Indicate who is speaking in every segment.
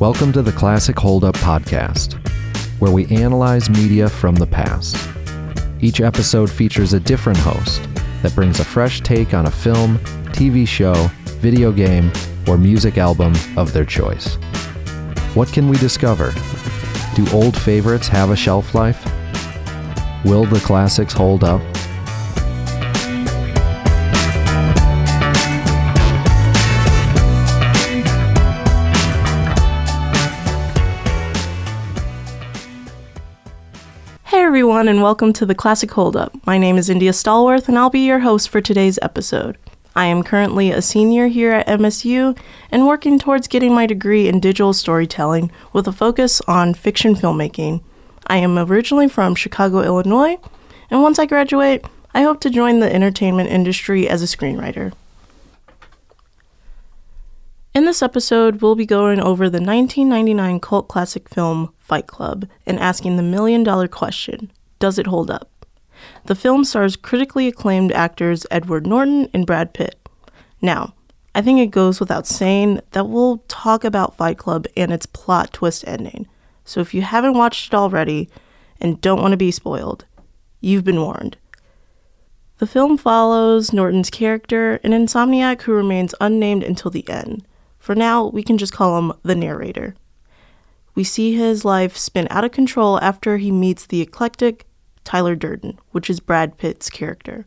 Speaker 1: Welcome to the Classic Holdup Podcast, where we analyze media from the past. Each episode features a different host that brings a fresh take on a film, TV show, video game, or music album of their choice. What can we discover? Do old favorites have a shelf life? Will the classics hold up?
Speaker 2: Hey everyone, and welcome to the Classic Holdup. My name is India Stallworth, and I'll be your host for today's episode. I am currently a senior here at MSU and working towards getting my degree in digital storytelling with a focus on fiction filmmaking. I am originally from Chicago, Illinois, and once I graduate, I hope to join the entertainment industry as a screenwriter. In this episode, we'll be going over the 1999 cult classic film Fight Club and asking the million dollar question Does it hold up? The film stars critically acclaimed actors Edward Norton and Brad Pitt. Now, I think it goes without saying that we'll talk about Fight Club and its plot twist ending. So if you haven't watched it already and don't want to be spoiled, you've been warned. The film follows Norton's character, an insomniac who remains unnamed until the end. For now, we can just call him the narrator. We see his life spin out of control after he meets the eclectic Tyler Durden, which is Brad Pitt's character.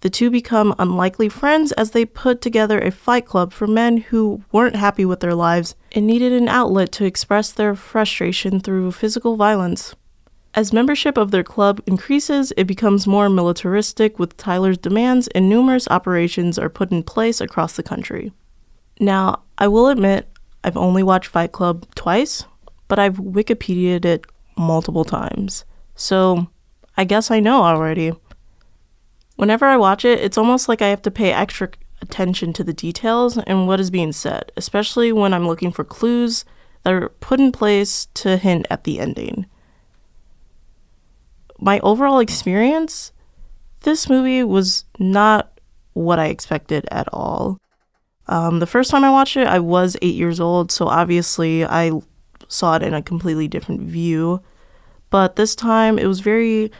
Speaker 2: The two become unlikely friends as they put together a fight club for men who weren't happy with their lives and needed an outlet to express their frustration through physical violence. As membership of their club increases, it becomes more militaristic with Tyler's demands, and numerous operations are put in place across the country. Now, I will admit, I've only watched Fight Club twice, but I've Wikipedia'd it multiple times. So, I guess I know already. Whenever I watch it, it's almost like I have to pay extra attention to the details and what is being said, especially when I'm looking for clues that are put in place to hint at the ending my overall experience, this movie was not what I expected at all. Um, the first time I watched it, I was eight years old, so obviously I saw it in a completely different view. But this time it was very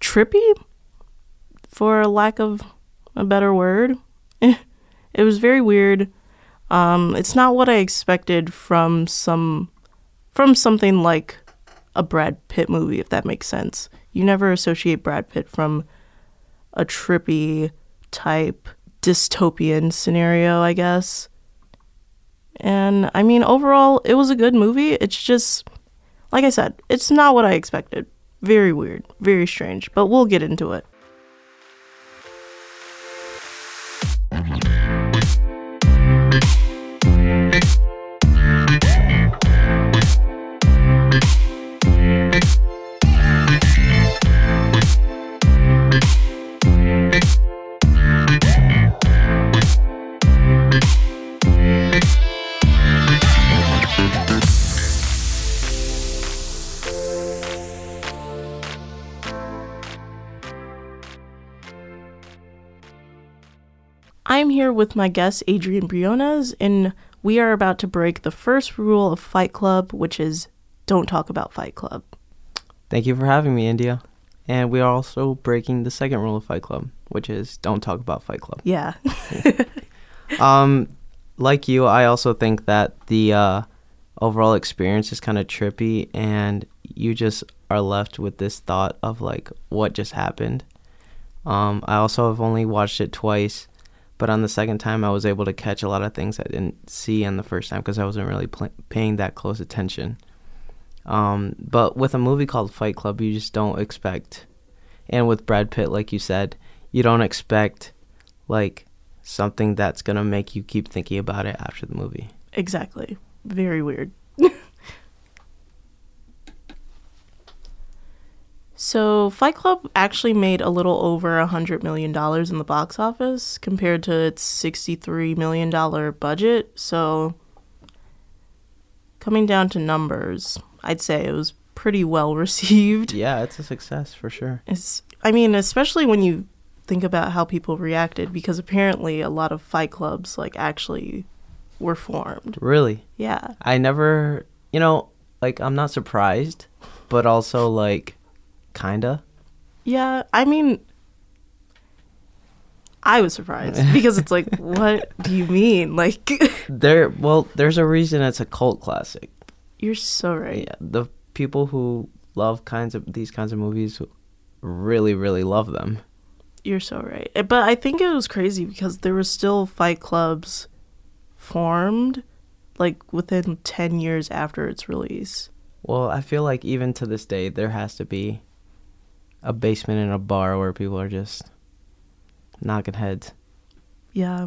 Speaker 2: trippy, for lack of a better word. it was very weird. Um, it's not what I expected from some from something like a Brad Pitt movie, if that makes sense. You never associate Brad Pitt from a trippy type dystopian scenario, I guess. And I mean, overall, it was a good movie. It's just, like I said, it's not what I expected. Very weird, very strange, but we'll get into it. I'm here with my guest, Adrian Briones, and we are about to break the first rule of Fight Club, which is don't talk about Fight Club.
Speaker 3: Thank you for having me, India. And we are also breaking the second rule of Fight Club, which is don't talk about Fight Club.
Speaker 2: Yeah.
Speaker 3: Um, like you, I also think that the uh, overall experience is kind of trippy, and you just are left with this thought of like what just happened. Um, I also have only watched it twice, but on the second time, I was able to catch a lot of things I didn't see on the first time because I wasn't really pl- paying that close attention. Um, but with a movie called Fight Club, you just don't expect, and with Brad Pitt, like you said, you don't expect like something that's gonna make you keep thinking about it after the movie.
Speaker 2: Exactly. Very weird. so, Fight Club actually made a little over a $100 million in the box office compared to its $63 million budget. So, coming down to numbers, I'd say it was pretty well received.
Speaker 3: Yeah, it's a success for sure.
Speaker 2: It's, I mean, especially when you think about how people reacted, because apparently a lot of fight clubs like actually were formed.
Speaker 3: Really?
Speaker 2: Yeah.
Speaker 3: I never, you know, like I'm not surprised, but also like kinda.
Speaker 2: Yeah, I mean, I was surprised because it's like, what do you mean? Like,
Speaker 3: There well, there's a reason it's a cult classic.
Speaker 2: you're so right.
Speaker 3: Yeah, the people who love kinds of these kinds of movies really really love them.
Speaker 2: You're so right. Uh, But I think it was crazy because there were still fight clubs formed like within 10 years after its release.
Speaker 3: Well, I feel like even to this day there has to be a basement in a bar where people are just knocking heads.
Speaker 2: Yeah.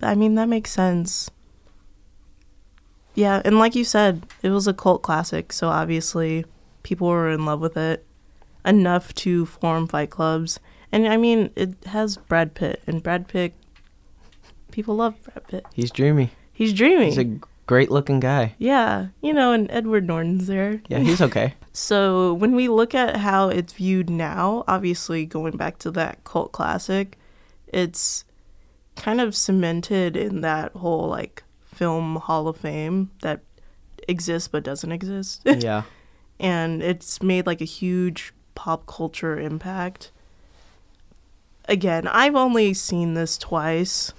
Speaker 2: I mean, that makes sense. Yeah. And like you said, it was a cult classic. So obviously, people were in love with it enough to form fight clubs. And I mean, it has Brad Pitt. And Brad Pitt, people love Brad Pitt.
Speaker 3: He's dreamy.
Speaker 2: He's dreaming.
Speaker 3: He's a great looking guy.
Speaker 2: yeah. You know, and Edward Norton's there.
Speaker 3: Yeah, he's okay.
Speaker 2: So when we look at how it's viewed now, obviously going back to that cult classic, it's kind of cemented in that whole like film hall of fame that exists but doesn't exist.
Speaker 3: yeah.
Speaker 2: and it's made like a huge pop culture impact. Again, I've only seen this twice.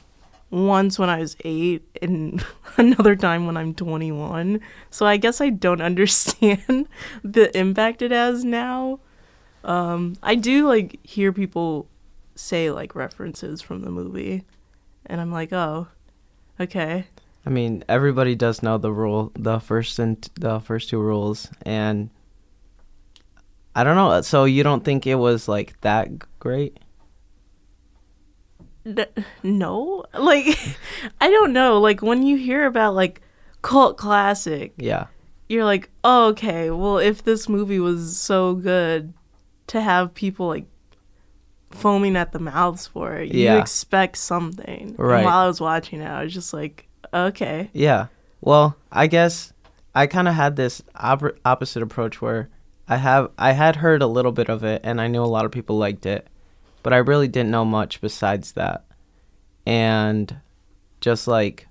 Speaker 2: Once when I was eight, and another time when I'm 21. So I guess I don't understand the impact it has now. Um, I do like hear people say like references from the movie, and I'm like, oh, okay.
Speaker 3: I mean, everybody does know the rule, the first and the first two rules, and I don't know. So you don't think it was like that g- great?
Speaker 2: N- no like i don't know like when you hear about like cult classic
Speaker 3: Yeah.
Speaker 2: you're like oh, okay well if this movie was so good to have people like foaming at the mouths for it you
Speaker 3: Yeah.
Speaker 2: expect something And
Speaker 3: Right.
Speaker 2: while i was watching it i was just like okay
Speaker 3: Yeah. Well, I guess I kind of had this op- opposite approach where I have I had heard a little bit of it and I knew a lot of people liked it, but I really didn't know much besides that. And just like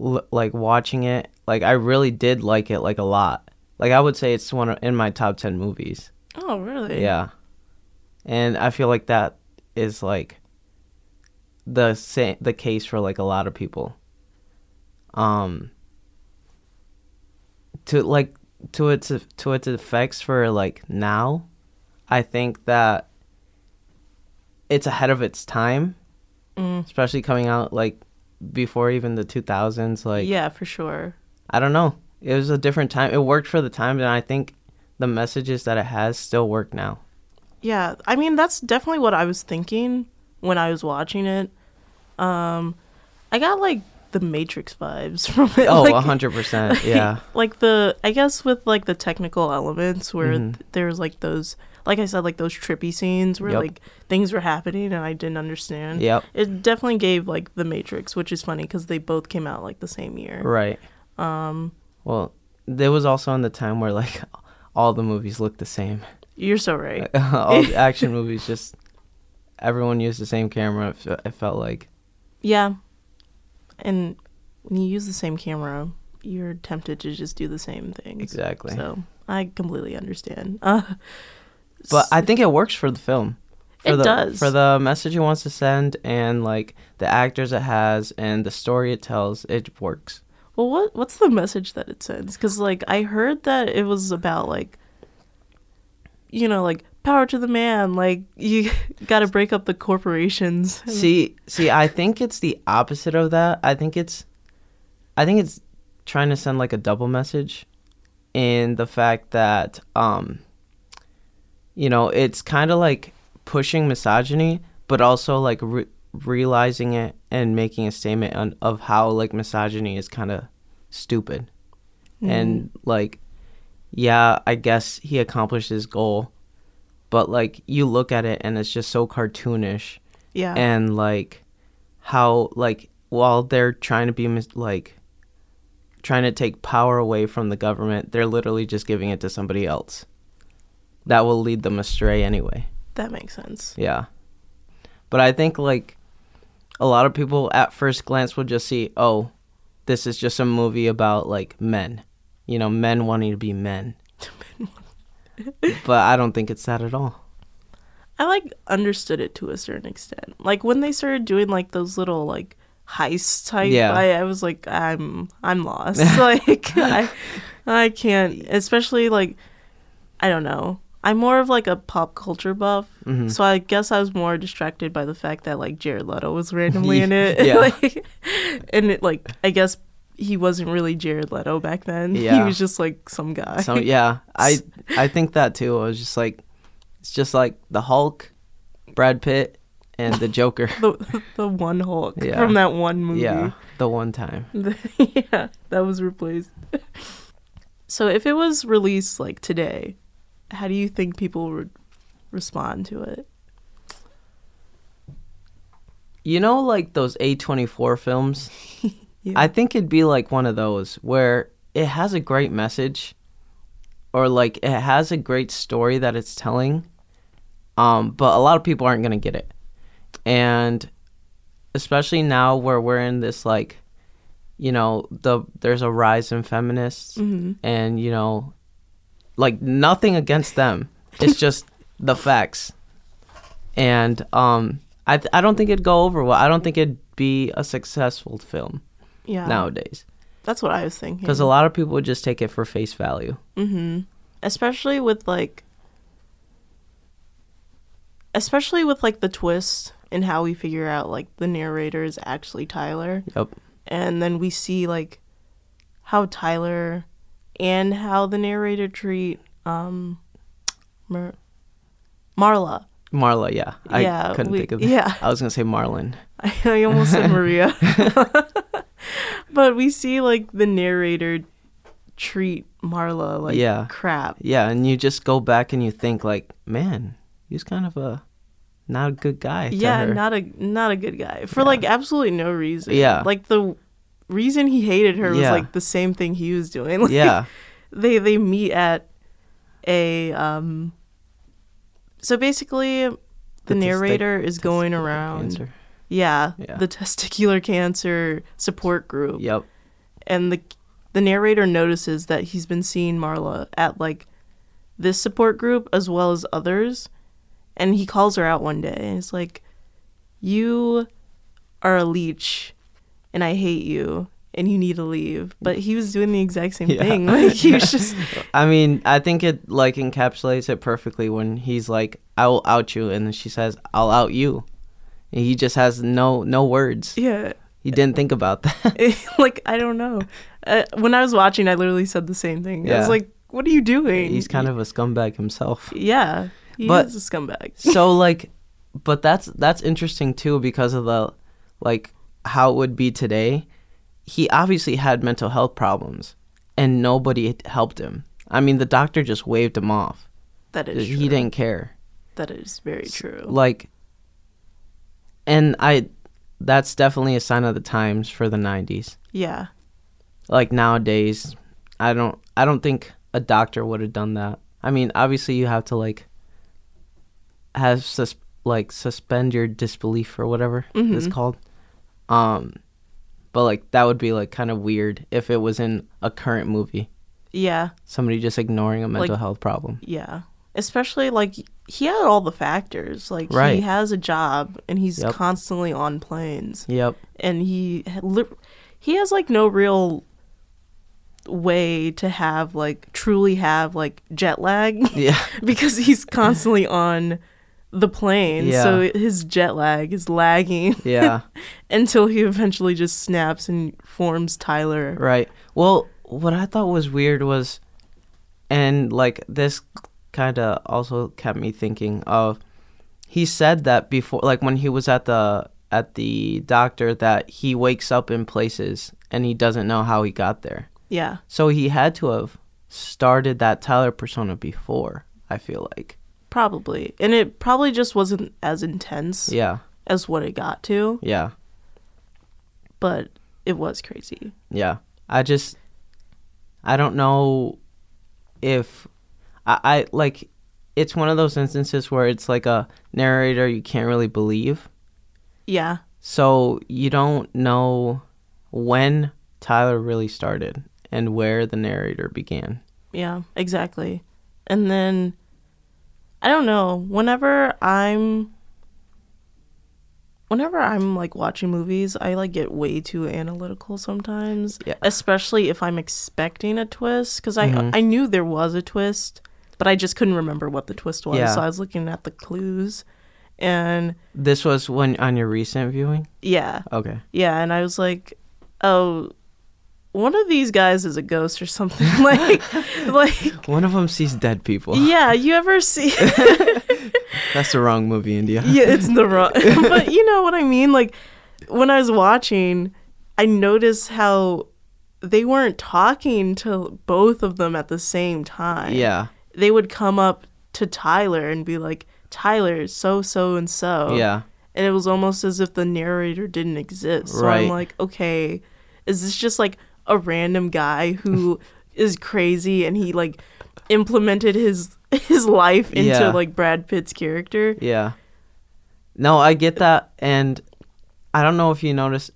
Speaker 3: l- like watching it, like I really did like it like a lot. Like I would say it's one of, in my top 10 movies.
Speaker 2: oh really
Speaker 3: Yeah. And I feel like that is like the sa- the case for like a lot of people. Um to like to its to its effects for like now, I think that it's ahead of its time,
Speaker 2: Mm.
Speaker 3: especially coming out like before even the 2000s like
Speaker 2: yeah for sure
Speaker 3: I don't know. It was a different time. It worked for the time and I think the messages that it has still work now.
Speaker 2: Yeah, I mean that's definitely what I was thinking when I was watching it. Um, I got like the Matrix vibes from it.
Speaker 3: Oh,
Speaker 2: like,
Speaker 3: 100%. yeah.
Speaker 2: like the I guess with like the technical elements where
Speaker 3: Mhm.
Speaker 2: th- there's like those, like I said, like those trippy scenes where
Speaker 3: Yep.
Speaker 2: like things were happening and I didn't understand.
Speaker 3: Yep.
Speaker 2: It definitely gave like the Matrix, which is funny because they both came out like the same year.
Speaker 3: Right. Um, well, there was also in the time where like all the movies looked the same.
Speaker 2: You're so right.
Speaker 3: all the action movies just everyone used the same camera. It, fe- it felt like
Speaker 2: Yeah. And when you use the same camera, you're tempted to just do the same things.
Speaker 3: exactly.
Speaker 2: So I completely understand. Uh,
Speaker 3: But I think it works for the film. For
Speaker 2: It
Speaker 3: the,
Speaker 2: does.
Speaker 3: for the message it wants to send and like the actors it has and the story it tells. It works.
Speaker 2: well, what what's the message that it sends? Because like I heard that it was about like, you know, like power to the man. Like you got to break up the corporations.
Speaker 3: See, see, I think it's the opposite of that. I think it's, I think it's trying to send like a double message, in the fact that, um, you know, it's kind of like pushing misogyny, but also like re- realizing it and making a statement on, of how like misogyny is kind of stupid, and like, yeah, I guess he accomplished his goal, but like you look at it and it's just so cartoonish
Speaker 2: Yeah.
Speaker 3: and like how like while they're trying to be mis- like trying to take power away from the government they're literally just giving it to somebody else that will lead them astray anyway
Speaker 2: that makes sense.
Speaker 3: yeah but i think like a lot of people at first glance will just see oh this is just a movie about like men, you know, men wanting to be men. but I don't think it's that at all.
Speaker 2: I like understood it to a certain extent. Like when they started doing like those little like heist type,
Speaker 3: Yeah.
Speaker 2: I, I was like, I'm I'm lost. like I I can't, especially like I don't know. I'm more of like a pop culture buff,
Speaker 3: Mm-hmm.
Speaker 2: so I guess I was more distracted by the fact that like Jared Leto was randomly in it,
Speaker 3: Yeah.
Speaker 2: like, and it like I guess he wasn't really Jared Leto back then. He
Speaker 3: Yeah.
Speaker 2: was just like some guy.
Speaker 3: So yeah, I I think that too. I was just like, it's just like the Hulk, Brad Pitt, and the Joker.
Speaker 2: Mm-hmm. the, the one Hulk
Speaker 3: Yeah.
Speaker 2: from that one movie.
Speaker 3: yeah, the one time.
Speaker 2: yeah, that was replaced. so if it was released like today, how do you think people would respond to it?
Speaker 3: You know, like those A24 films?
Speaker 2: Yeah.
Speaker 3: I think it'd be like one of those where it has a great message or like it has a great story that it's telling, um, but a lot of people aren't going to get it. And especially now where we're in this like, you know, the there's a rise in feminists and you know like nothing against them. It's just the facts and um, I I don't think it'd go over well. I don't think it'd be a successful film
Speaker 2: Yeah,
Speaker 3: nowadays
Speaker 2: that's what I was thinking.
Speaker 3: because a lot of people would just take it for face value.
Speaker 2: especially with like, especially with like the twist and how we figure out like the narrator is actually Tyler.
Speaker 3: Yep.
Speaker 2: and then we see like how Tyler and how the narrator treat um Mar- Marla.
Speaker 3: Marla, yeah, I
Speaker 2: Yeah,
Speaker 3: couldn't
Speaker 2: we-
Speaker 3: think of that.
Speaker 2: yeah.
Speaker 3: I was gonna say Marlon.
Speaker 2: I almost said Maria. but we see like the narrator treat Marla like
Speaker 3: Yeah.
Speaker 2: crap.
Speaker 3: Yeah, and you just go back and you think like, man, he's kind of a not a good guy. to
Speaker 2: yeah,
Speaker 3: her."
Speaker 2: not a not a good guy for like absolutely no reason.
Speaker 3: Yeah.
Speaker 2: like the reason he hated her was
Speaker 3: Yeah.
Speaker 2: like the same thing he was doing. Like,
Speaker 3: Yeah.
Speaker 2: they they meet at a um. So basically, the
Speaker 3: The testic-
Speaker 2: narrator is going around.
Speaker 3: Answer.
Speaker 2: Yeah,
Speaker 3: Yeah.
Speaker 2: the testicular cancer support group,
Speaker 3: Yep.
Speaker 2: and the the narrator notices that he's been seeing Marla at like this support group as well as others, and he calls her out one day and is like, "You are a leech, and I hate you." And you need to leave, but he was doing the exact same
Speaker 3: Yeah.
Speaker 2: thing. Like he was just
Speaker 3: I mean, I think it like encapsulates it perfectly when he's like, "I will out you," and then she says, "I'll out you." And he just has no no words.
Speaker 2: Yeah.
Speaker 3: He didn't think about that.
Speaker 2: like, I don't know. Uh, when I was watching, I literally said the same thing. I was
Speaker 3: Yeah.
Speaker 2: like, what are you doing?
Speaker 3: He's kind of a scumbag himself.
Speaker 2: Yeah. He
Speaker 3: But-
Speaker 2: is a scumbag.
Speaker 3: So like, but that's that's interesting too because of the like how it would be today. He obviously had mental health problems, and nobody had helped him. I mean, the doctor just waved him off.
Speaker 2: That is
Speaker 3: He
Speaker 2: true.
Speaker 3: didn't care.
Speaker 2: That is very true.
Speaker 3: like and i that's definitely a sign of the times for the 90s
Speaker 2: Yeah.
Speaker 3: like nowadays i don't i don't think a doctor would have done that i mean obviously you have to like have sus- like suspend your disbelief or whatever it's called um but like that would be like kind of weird if it was in a current movie
Speaker 2: Yeah.
Speaker 3: somebody just ignoring a mental health problem
Speaker 2: Yeah. Especially like he had all the factors. Like he
Speaker 3: Right.
Speaker 2: has a job and he's
Speaker 3: Yep.
Speaker 2: constantly on planes
Speaker 3: yep
Speaker 2: and he ha- li- he has like no real way to have like truly have like jet lag.
Speaker 3: yeah
Speaker 2: because he's constantly on the plane
Speaker 3: Yeah.
Speaker 2: so his jet lag is lagging
Speaker 3: yeah
Speaker 2: until he eventually just snaps and forms tyler
Speaker 3: Right. Well, what I thought was weird was, and like this kind of also kept me thinking of, he said that before, like when he was at the at the doctor, that he wakes up in places and he doesn't know how he got there.
Speaker 2: yeah
Speaker 3: So he had to have started that Tyler persona before. I feel like.
Speaker 2: probably and it probably just wasn't as intense
Speaker 3: Yeah.
Speaker 2: as what it got to
Speaker 3: Yeah.
Speaker 2: but it was crazy
Speaker 3: Yeah. I just I don't know if I, I like it's one of those instances where it's like a narrator you can't really believe.
Speaker 2: yeah
Speaker 3: So you don't know when Tyler really started and where the narrator began.
Speaker 2: Yeah, exactly. And then I don't know, whenever I'm whenever I'm like watching movies, I like get way too analytical sometimes,
Speaker 3: Yeah. Mm-hmm.
Speaker 2: especially if I'm expecting a twist cuz I I knew there was a twist, but I just couldn't remember what the twist was.
Speaker 3: Yeah.
Speaker 2: So I was looking at the clues and
Speaker 3: This was when on your recent viewing?
Speaker 2: yeah.
Speaker 3: Okay.
Speaker 2: Yeah, and I was like, "Oh, one of these guys is a ghost or something." like like
Speaker 3: One of them sees dead people.
Speaker 2: yeah, you ever see
Speaker 3: That's the wrong movie, India.
Speaker 2: yeah, it's the wrong. but you know what I mean? Like when I was watching, I noticed how they weren't talking to both of them at the same time.
Speaker 3: Yeah.
Speaker 2: They would come up to Tyler and be like, "Tyler, so so and so."
Speaker 3: Yeah.
Speaker 2: And it was almost as if the narrator didn't exist. So I'm
Speaker 3: Right.
Speaker 2: like, "Okay, is this just like a random guy who is crazy and he like implemented his his life into
Speaker 3: Yeah.
Speaker 2: like Brad Pitt's character?"
Speaker 3: Yeah. No, I get that, and I don't know if you noticed,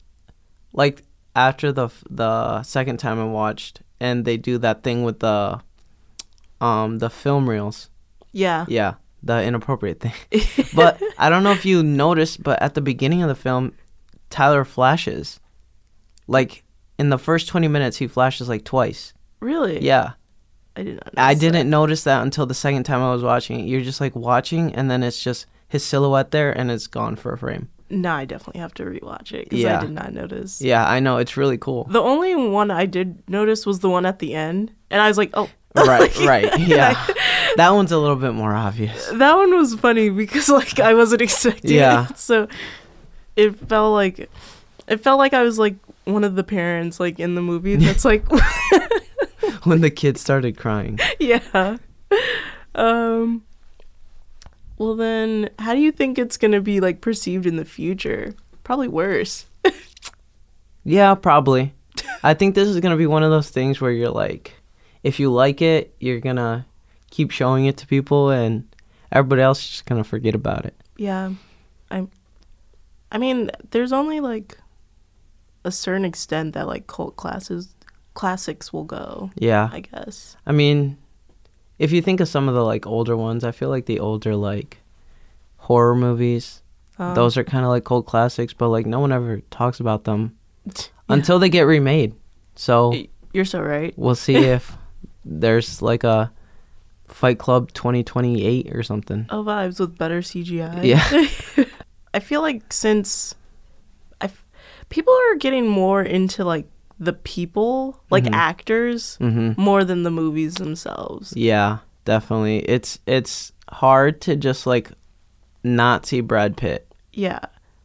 Speaker 3: like after the f- the second time I watched, and they do that thing with the, um, the film reels.
Speaker 2: Yeah.
Speaker 3: Yeah, the inappropriate thing. but I don't know if you noticed, but at the beginning of the film, Tyler flashes, like in the first twenty minutes, he flashes like twice.
Speaker 2: Really?
Speaker 3: Yeah.
Speaker 2: I did not.
Speaker 3: I
Speaker 2: notice that.
Speaker 3: didn't notice that until the second time I was watching it. You're just like watching, and then it's just his silhouette there, and it's gone for a frame.
Speaker 2: No, I definitely have to rewatch it because I
Speaker 3: Yeah.
Speaker 2: did not notice.
Speaker 3: Yeah, I know it's really cool.
Speaker 2: The only one I did notice was the one at the end, and I was like, oh.
Speaker 3: right, right, yeah. That one's a little bit more obvious.
Speaker 2: That one was funny because like I wasn't expecting
Speaker 3: Yeah.
Speaker 2: it, so it felt like it felt like I was like one of the parents like in the movie that's like
Speaker 3: When the kid started crying,
Speaker 2: yeah. Um. Well then, how do you think it's gonna be like perceived in the future? Probably worse.
Speaker 3: yeah, probably. I think this is gonna be one of those things where you're like, if you like it, you're gonna keep showing it to people, and everybody else is just gonna forget about it.
Speaker 2: Yeah. I I mean, there's only like a certain extent that like cult classes classics will go,
Speaker 3: Yeah,
Speaker 2: I guess.
Speaker 3: I mean, if you think of some of the like older ones, I feel like the older like horror movies,
Speaker 2: Um,
Speaker 3: those are kind of like cult classics, but like no one ever talks about them until they get remade. So
Speaker 2: You're so right.
Speaker 3: we'll see if there's like a Fight Club 2028 or something.
Speaker 2: Oh, vibes with better CGI.
Speaker 3: Yeah.
Speaker 2: I feel like since I f- people are getting more into like the people, like
Speaker 3: Mm-hmm.
Speaker 2: actors,
Speaker 3: hmm
Speaker 2: more than the movies themselves.
Speaker 3: Yeah, definitely. It's it's hard to just like not see Brad Pitt
Speaker 2: Yeah.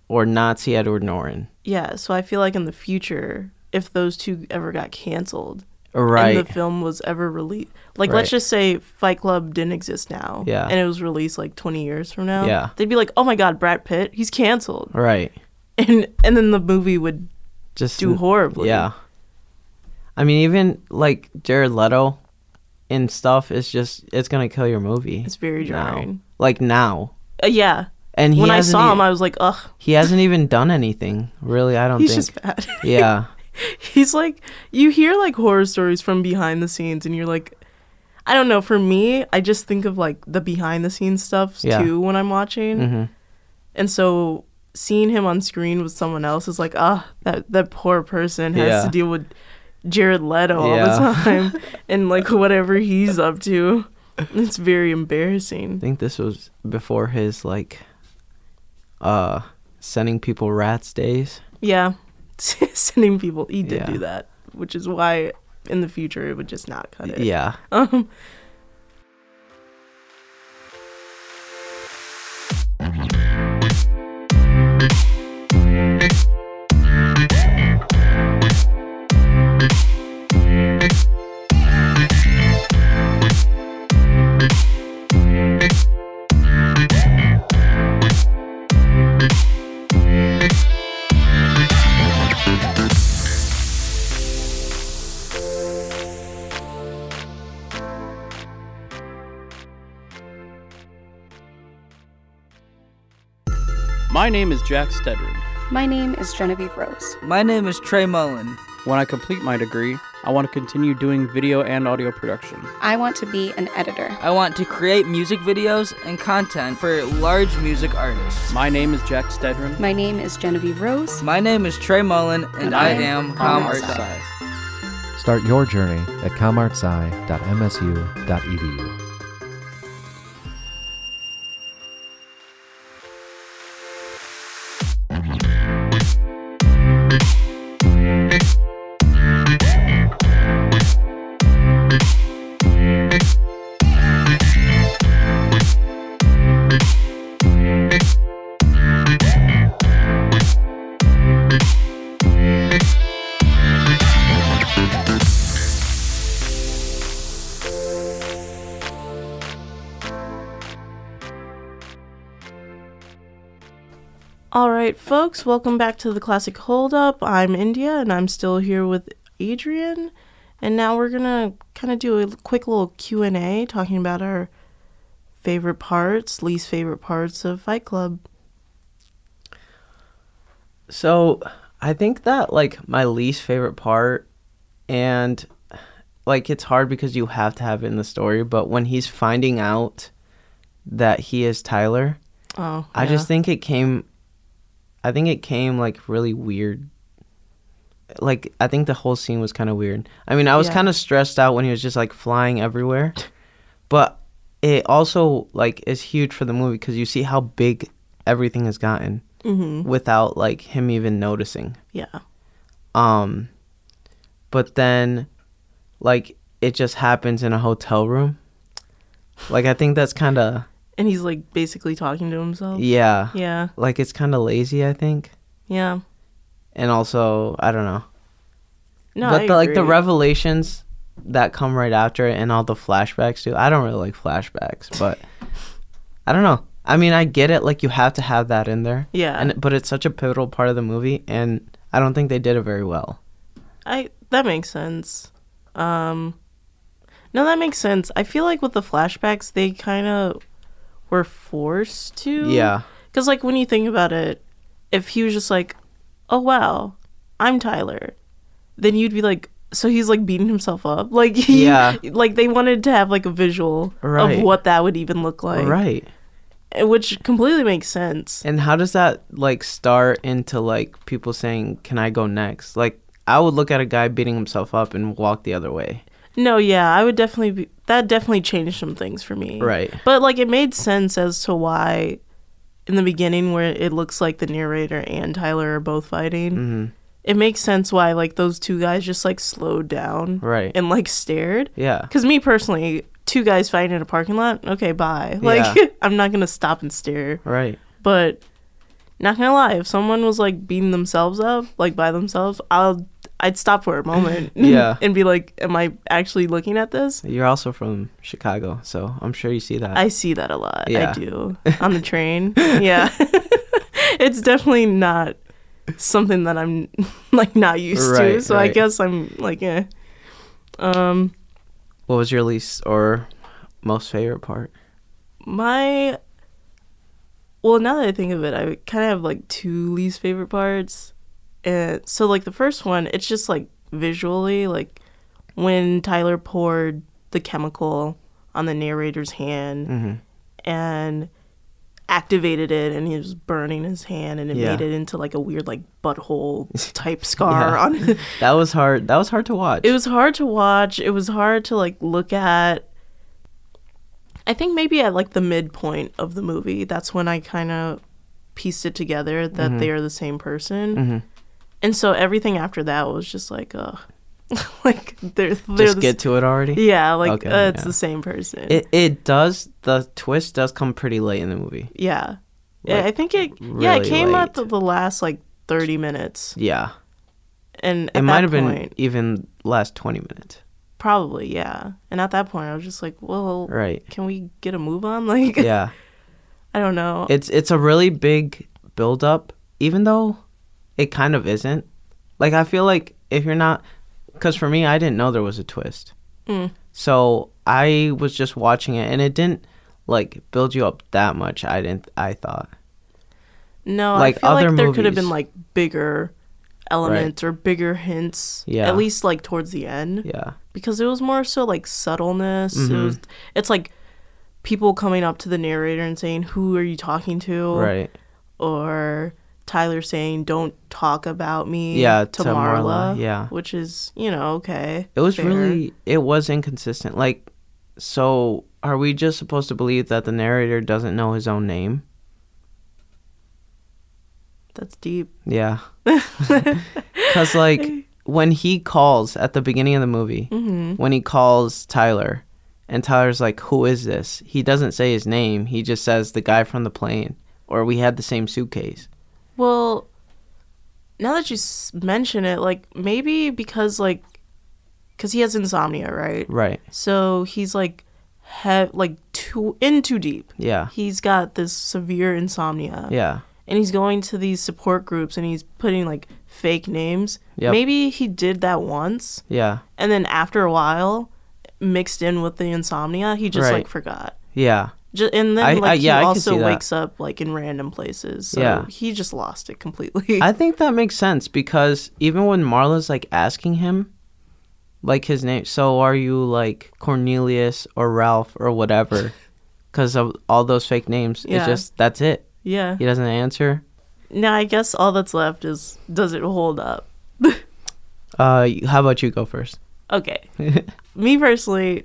Speaker 3: or not see Edward Norton.
Speaker 2: Yeah, so I feel like in the future if those two ever got canceled,
Speaker 3: Right.
Speaker 2: and the film was ever released. Like, let's
Speaker 3: Right.
Speaker 2: just say Fight Club didn't exist now,
Speaker 3: Yeah.
Speaker 2: and it was released like 20 years from now.
Speaker 3: Yeah.
Speaker 2: they'd be like, "Oh my God, Brad Pitt, he's canceled,"
Speaker 3: right.
Speaker 2: and and then the movie would
Speaker 3: Just
Speaker 2: do horribly.
Speaker 3: Yeah. I mean, even like Jared Leto and stuff is just, it's going to kill your movie.
Speaker 2: It's very
Speaker 3: now.
Speaker 2: jarring.
Speaker 3: Like now.
Speaker 2: Uh, yeah.
Speaker 3: And he
Speaker 2: When I
Speaker 3: hasn't
Speaker 2: saw
Speaker 3: e-
Speaker 2: him, I was like, "Ugh,
Speaker 3: he hasn't even done anything, really. I don't
Speaker 2: he's
Speaker 3: think.
Speaker 2: just bad."
Speaker 3: Oh, yeah.
Speaker 2: he's like, you hear like horror stories from behind the scenes, and you're like. I don't know. For me, I just think of like the behind the scenes stuff
Speaker 3: Yeah.
Speaker 2: too when I'm watching.
Speaker 3: hmm
Speaker 2: And so seeing him on screen with someone else is like, ah, that that poor person has
Speaker 3: Yeah.
Speaker 2: to deal with Jared Leto all
Speaker 3: Yeah.
Speaker 2: the time and like whatever he's up to. It's very
Speaker 3: I
Speaker 2: embarrassing.
Speaker 3: think this was before his, like, uh, sending people rats days.
Speaker 2: Yeah. Sending people he did
Speaker 3: Yeah.
Speaker 2: do that, which is why in the future it would just not cut it.
Speaker 3: Yeah.
Speaker 2: Um
Speaker 4: My name is Jack Stedrick.
Speaker 5: My name is Genevieve Rose.
Speaker 6: My name is Trey Mullen.
Speaker 4: When I complete my degree, I want to continue doing video and audio production.
Speaker 5: I want to be an editor.
Speaker 6: I want to create music videos and content for large music artists.
Speaker 4: My name is Jack Stedrin.
Speaker 5: My name is Genevieve Rose.
Speaker 6: My name is Trey Mullen, and,
Speaker 5: And
Speaker 6: I,
Speaker 5: I
Speaker 6: am
Speaker 5: am
Speaker 6: Com
Speaker 5: Artsai.
Speaker 6: Artsai.
Speaker 1: Start your journey at comartsci.msu.edu.
Speaker 2: All right, folks, welcome back to the Classic Holdup. I'm India, and I'm still here with Adrian. And now we're gonna kind of do a quick little Q and A, talking about our favorite parts, least favorite parts of Fight Club.
Speaker 3: So I think that like my least favorite part, and like it's hard because you have to have it in the story. But when he's finding out that he is Tyler,
Speaker 2: Oh,
Speaker 3: I just
Speaker 2: yeah.
Speaker 3: think it came. I think it came like really weird. Like I think the whole scene was kind of weird. I mean, I was
Speaker 2: Yeah.
Speaker 3: kind of stressed out when he was just like flying everywhere, but it also like is huge for the movie because you see how big everything has gotten
Speaker 2: Mm-hmm.
Speaker 3: without like him even noticing.
Speaker 2: yeah,
Speaker 3: Um, but then, like it just happens in a hotel room. Like I think that's kind of
Speaker 2: and he's like basically talking to himself.
Speaker 3: yeah.
Speaker 2: Oh. yeah,
Speaker 3: Like it's kind of lazy, I think.
Speaker 2: yeah.
Speaker 3: and also I don't know.
Speaker 2: No,
Speaker 3: but
Speaker 2: I
Speaker 3: the, like the
Speaker 2: agree.
Speaker 3: revelations that come right after it and all the flashbacks too. I don't really like flashbacks, but I don't know. I mean, I get it. Like you have to have that in there.
Speaker 2: Yeah.
Speaker 3: And but it's such a pivotal part of the movie, and I don't think they did it very well.
Speaker 2: I that makes sense. Um No, that makes sense. I feel like with the flashbacks they kind of were forced to.
Speaker 3: Yeah.
Speaker 2: Cuz like when you think about it, if he was just like, "Oh wow, I'm Tyler." Then you'd be like, so he's like beating himself up. Like he
Speaker 3: Yeah.
Speaker 2: like they wanted to have like a visual
Speaker 3: Right.
Speaker 2: of what that would even look like.
Speaker 3: right.
Speaker 2: Which completely makes sense.
Speaker 3: And how does that like start into like people saying, "Can I go next?" Like I would look at a guy beating himself up and walk the other way.
Speaker 2: No, yeah, I would definitely be. That definitely changed some things for me.
Speaker 3: Right.
Speaker 2: But, like, it made sense as to why in the beginning, where it looks like the narrator and Tyler are both fighting,
Speaker 3: Mm-hmm.
Speaker 2: it makes sense why, like, those two guys just, like, slowed down.
Speaker 3: Right.
Speaker 2: And, like, stared.
Speaker 3: Yeah.
Speaker 2: Because, me personally, two guys fighting in a parking lot, okay, bye. Like,
Speaker 3: Yeah.
Speaker 2: I'm not going to stop and stare.
Speaker 3: Right.
Speaker 2: But, not going to lie, if someone was, like, beating themselves up, like, by themselves, I'll. I'd stop for a moment
Speaker 3: Yeah.
Speaker 2: and be like, Am I actually looking at this?
Speaker 3: You're also from Chicago, so I'm sure you see that.
Speaker 2: I see that a lot.
Speaker 3: Yeah.
Speaker 2: I do on the train. yeah, it's definitely not something that I'm like not used to.
Speaker 3: Right,
Speaker 2: So I
Speaker 3: right.
Speaker 2: guess I'm like, eh. Um,
Speaker 3: What was your least or most favorite part?
Speaker 2: my well, now that I think of it, I kind of have like two least favorite parts. And so, like the first one, it's just like visually, like when Tyler poured the chemical on the narrator's hand. and activated it and he was burning his hand and it
Speaker 3: Yeah.
Speaker 2: made it into like a weird like butthole type scar on it.
Speaker 3: That was hard. That was hard to watch.
Speaker 2: It was hard to watch. It was hard to like look at. I think maybe at like the midpoint of the movie, that's when I kind of pieced it together that
Speaker 3: Mm-hmm.
Speaker 2: they are the same person. And so everything after that was just like, ugh. like they're they're
Speaker 3: Just
Speaker 2: the
Speaker 3: get
Speaker 2: s-
Speaker 3: to it already.
Speaker 2: yeah, like
Speaker 3: Okay,
Speaker 2: uh, it's
Speaker 3: yeah.
Speaker 2: the same person.
Speaker 3: It it does. The twist does come pretty late in the movie.
Speaker 2: Yeah. yeah,
Speaker 3: Like,
Speaker 2: I think it yeah, it
Speaker 3: really
Speaker 2: came at the,
Speaker 3: late.
Speaker 2: the last like 30 minutes.
Speaker 3: Yeah,
Speaker 2: And at
Speaker 3: it might
Speaker 2: that
Speaker 3: have been
Speaker 2: point,
Speaker 3: even last twenty minutes.
Speaker 2: probably, yeah. And at that point I was just like, "Well,
Speaker 3: Right.
Speaker 2: can we get a move on?" Like
Speaker 3: Yeah,
Speaker 2: I don't know.
Speaker 3: it's it's a really big build up, even though it kind of isn't. Like I feel like if you're not, because for me I didn't know there was a twist.
Speaker 2: Mm.
Speaker 3: So I was just watching it, and it didn't like build you up that much. I didn't. I thought.
Speaker 2: no,
Speaker 3: like
Speaker 2: I feel like
Speaker 3: other
Speaker 2: there could have
Speaker 3: movies.
Speaker 2: been like bigger elements or bigger hints.
Speaker 3: Yeah.
Speaker 2: At least like towards the end.
Speaker 3: Yeah. Mm-hmm.
Speaker 2: Because it was more so like subtleness. It was it's like people coming up to the narrator and saying, Who are you talking to?
Speaker 3: Right.
Speaker 2: Or Tyler saying, Don't talk about me
Speaker 3: Yeah,
Speaker 2: to,
Speaker 3: to
Speaker 2: Marla.
Speaker 3: Marla, yeah.
Speaker 2: Which is, you know, okay.
Speaker 3: It was
Speaker 2: fair.
Speaker 3: really it was inconsistent. Like so are we just supposed to believe that the narrator doesn't know his own name?
Speaker 2: that's deep.
Speaker 3: Yeah. Cuz like when he calls at the beginning of the movie, when he calls Tyler and Tyler's like, "Who is this?" He doesn't say his name. He just says the guy from the plane or we had the same suitcase.
Speaker 2: Well, now that you s- mention it, like maybe because like because he has insomnia, right?
Speaker 3: Right.
Speaker 2: So he's like he- like too in too deep.
Speaker 3: Yeah.
Speaker 2: He's got this severe insomnia.
Speaker 3: Yeah.
Speaker 2: And he's going to these support groups and he's putting like fake names.
Speaker 3: Yep.
Speaker 2: Maybe he did that once
Speaker 3: Yeah.
Speaker 2: and then after a while mixed in with the insomnia, he just
Speaker 3: Right.
Speaker 2: like forgot.
Speaker 3: Yeah.
Speaker 2: Just, and then
Speaker 3: I-
Speaker 2: like
Speaker 3: I- yeah, I
Speaker 2: he
Speaker 3: can see
Speaker 2: also
Speaker 3: that.
Speaker 2: wakes up like in random places. So
Speaker 3: Yeah.
Speaker 2: he just lost it completely.
Speaker 3: I think that makes sense because even when Marla's like asking him, like his name, so are you like Cornelius or Ralph or whatever? Because of all those fake names,
Speaker 2: Yeah.
Speaker 3: it's just that's it.
Speaker 2: yeah.
Speaker 3: He doesn't answer.
Speaker 2: Now I guess all that's left is does it hold up?
Speaker 3: Uh, y- how about you go first?
Speaker 2: Okay. Me personally,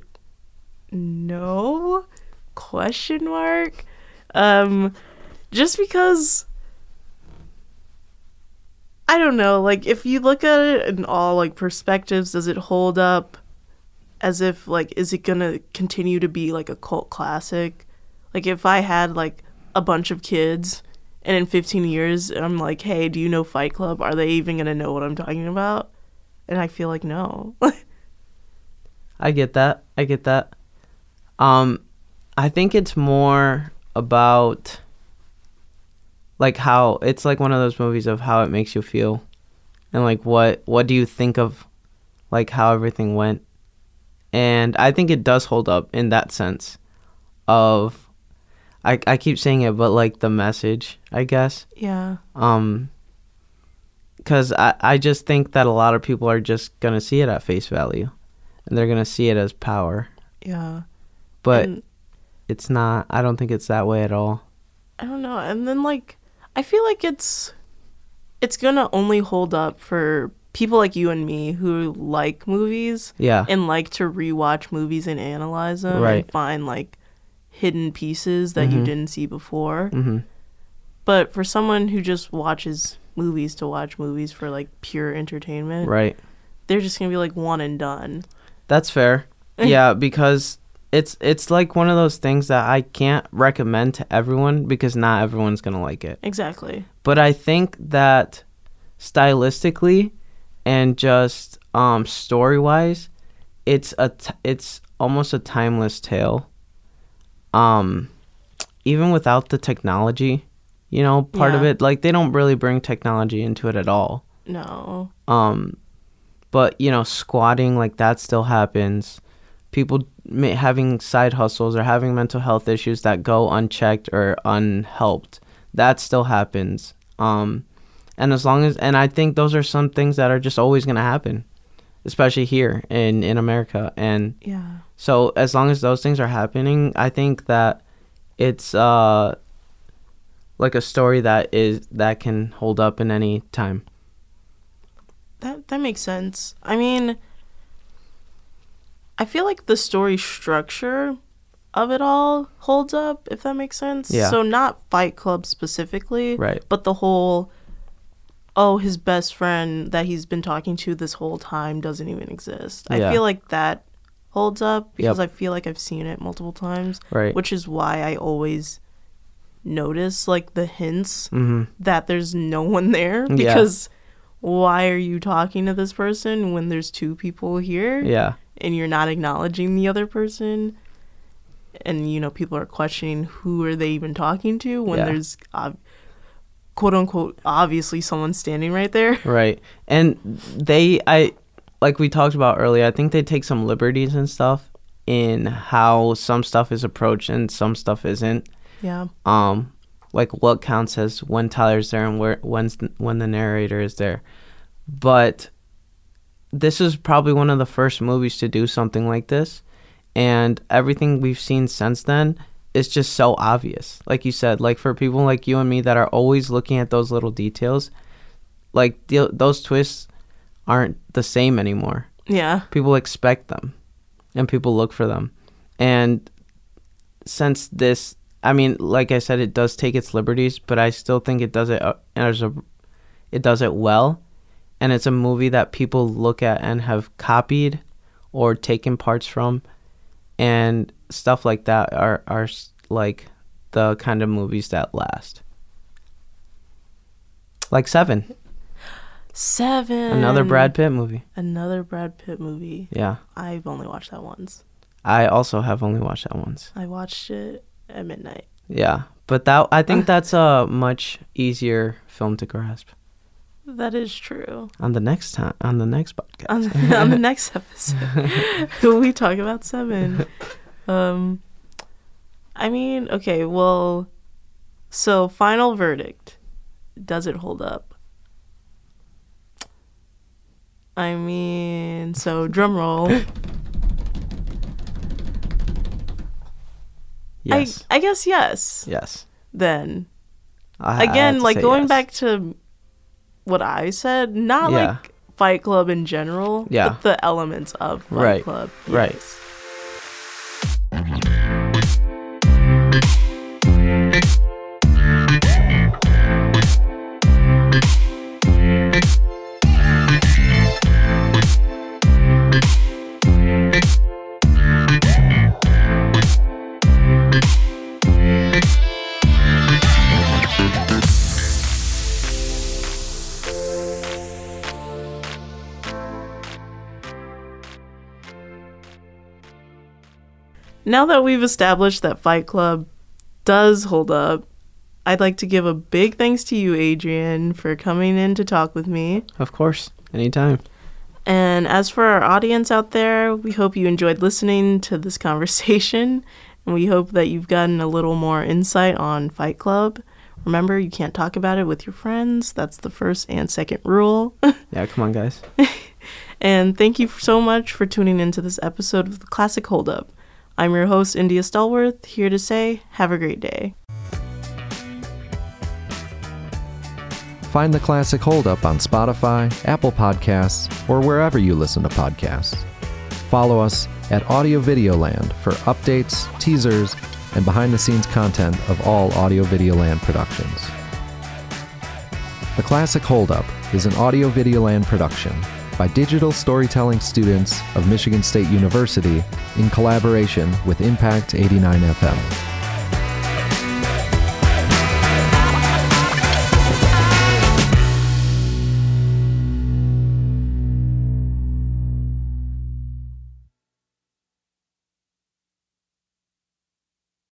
Speaker 2: no question mark. Um just because I don't know, like if you look at it in all like perspectives, does it hold up as if like is it going to continue to be like a cult classic? Like if I had like a bunch of kids and in 15 years I'm like, "Hey, do you know Fight Club? Are they even going to know what I'm talking about?" And I feel like no.
Speaker 3: I get that. I get that. Um, I think it's more about like how it's like one of those movies of how it makes you feel, and like what what do you think of, like how everything went, and I think it does hold up in that sense, of, I I keep saying it, but like the message, I guess
Speaker 2: Yeah.
Speaker 3: um because I, I just think that a lot of people are just gonna see it at face value and they're gonna see it as power
Speaker 2: Yeah.
Speaker 3: but
Speaker 2: And-
Speaker 3: it's not i don't think it's that way at all
Speaker 2: I don't know. And then like I feel like it's it's going to only hold up for people like you and me who like movies
Speaker 3: yeah
Speaker 2: and like to rewatch movies and analyze them and
Speaker 3: Right. Mm-hmm.
Speaker 2: find like hidden pieces that you didn't see before.
Speaker 3: hmm
Speaker 2: But for someone who just watches movies to watch movies for like pure entertainment,
Speaker 3: right
Speaker 2: they're just going to be like one and done.
Speaker 3: that's fair yeah because it's it's like one of those things that i can't recommend to everyone because not everyone's gonna like it
Speaker 2: Exactly.
Speaker 3: but I think that stylistically and just um, story wise, it's a t- it's almost a timeless tale. Um, even without the technology, you know, part of
Speaker 2: Yeah.
Speaker 3: it like they don't really bring technology into it at all.
Speaker 2: No.
Speaker 3: Um, but you know, squatting like that still happens. People ma- having side hustles or having mental health issues that go unchecked or unhelped that still happens. Um, and as long as and I think those are some things that are just always gonna happen, especially here in in America. And
Speaker 2: Yeah.
Speaker 3: so as long as those things are happening, I think that it's uh like a story that is that can hold up in any time.
Speaker 2: That that makes sense. I mean, I feel like the story structure of it all holds up, if that makes sense.
Speaker 3: Yeah.
Speaker 2: So not Fight Club specifically,
Speaker 3: Right.
Speaker 2: But the whole oh, his best friend that he's been talking to this whole time doesn't even exist. I
Speaker 3: Yeah.
Speaker 2: feel like that holds up because I feel like I've seen it multiple times,
Speaker 3: Right.
Speaker 2: Which is why I always notice like the hints that there's no one there
Speaker 3: Mm-hmm. Yeah.
Speaker 2: because why are you talking to this person when there's two people here
Speaker 3: Yeah.
Speaker 2: and you're not acknowledging the other person and you know people are questioning who are they even talking to when
Speaker 3: Yeah.
Speaker 2: there's ob- quote unquote obviously someone standing right there
Speaker 3: Right. And they I like we talked about earlier, I think they take some liberties and stuff in how some stuff is approached and some stuff isn't.
Speaker 2: yeah
Speaker 3: Um like what counts as when Tyler's there and where when's when the narrator is there. but this is probably one of the first movies to do something like this and everything we've seen since then is just so obvious like you said like for people like you and me that are always looking at those little details like the, those twists aren't the same anymore
Speaker 2: Yeah.
Speaker 3: people expect them and people look for them and since this i mean like i said it does take its liberties but i still think it does it uh, as a it does it well and it's a movie that people look at and have copied or taken parts from and stuff like that are are s- like the kind of movies that last like seven
Speaker 2: Seven.
Speaker 3: another brad pitt movie
Speaker 2: Another Brad Pitt movie.
Speaker 3: yeah
Speaker 2: I've only watched that once.
Speaker 3: i also have only watched that once
Speaker 2: I watched it at midnight.
Speaker 3: Yeah, but that I
Speaker 2: Uh.
Speaker 3: think that's a much easier film to grasp.
Speaker 2: That is true.
Speaker 3: On the next time, on the next podcast,
Speaker 2: On, on the next episode, we talk about seven. Um, I mean, okay, well, so final verdict. Does it hold up? I mean, so drum roll.
Speaker 3: yes,
Speaker 2: I, I guess yes.
Speaker 3: yes.
Speaker 2: Then
Speaker 3: I- I had
Speaker 2: again
Speaker 3: to
Speaker 2: like
Speaker 3: say
Speaker 2: going
Speaker 3: yes.
Speaker 2: back to what i said not
Speaker 3: Yeah.
Speaker 2: like fight club in general
Speaker 3: Yeah.
Speaker 2: but the elements of fight
Speaker 3: Right.
Speaker 2: club
Speaker 3: Right.
Speaker 2: yes. now that we've established that fight club does hold up i'd like to give a big thanks to you adrian for coming in to talk with me
Speaker 3: of course, anytime.
Speaker 2: And as for our audience out there, we hope you enjoyed listening to this conversation. And we hope that you've gotten a little more insight on Fight Club. Remember, you can't talk about it with your friends. That's the first and second rule.
Speaker 3: Yeah, come on, guys.
Speaker 2: and thank you so much for tuning into this episode of the Classic Hold Up. I'm your host, India Stallworth, here to say, have a great day.
Speaker 1: Find the classic holdup on Spotify, Apple Podcasts, or wherever you listen to podcasts. Follow us at Audio Video Land for updates, teasers, and behind the scenes content of all Audio Video Land productions. The Classic Holdup is an Audio Video Land production by digital storytelling students of Michigan State University in collaboration with Impact 89 FM.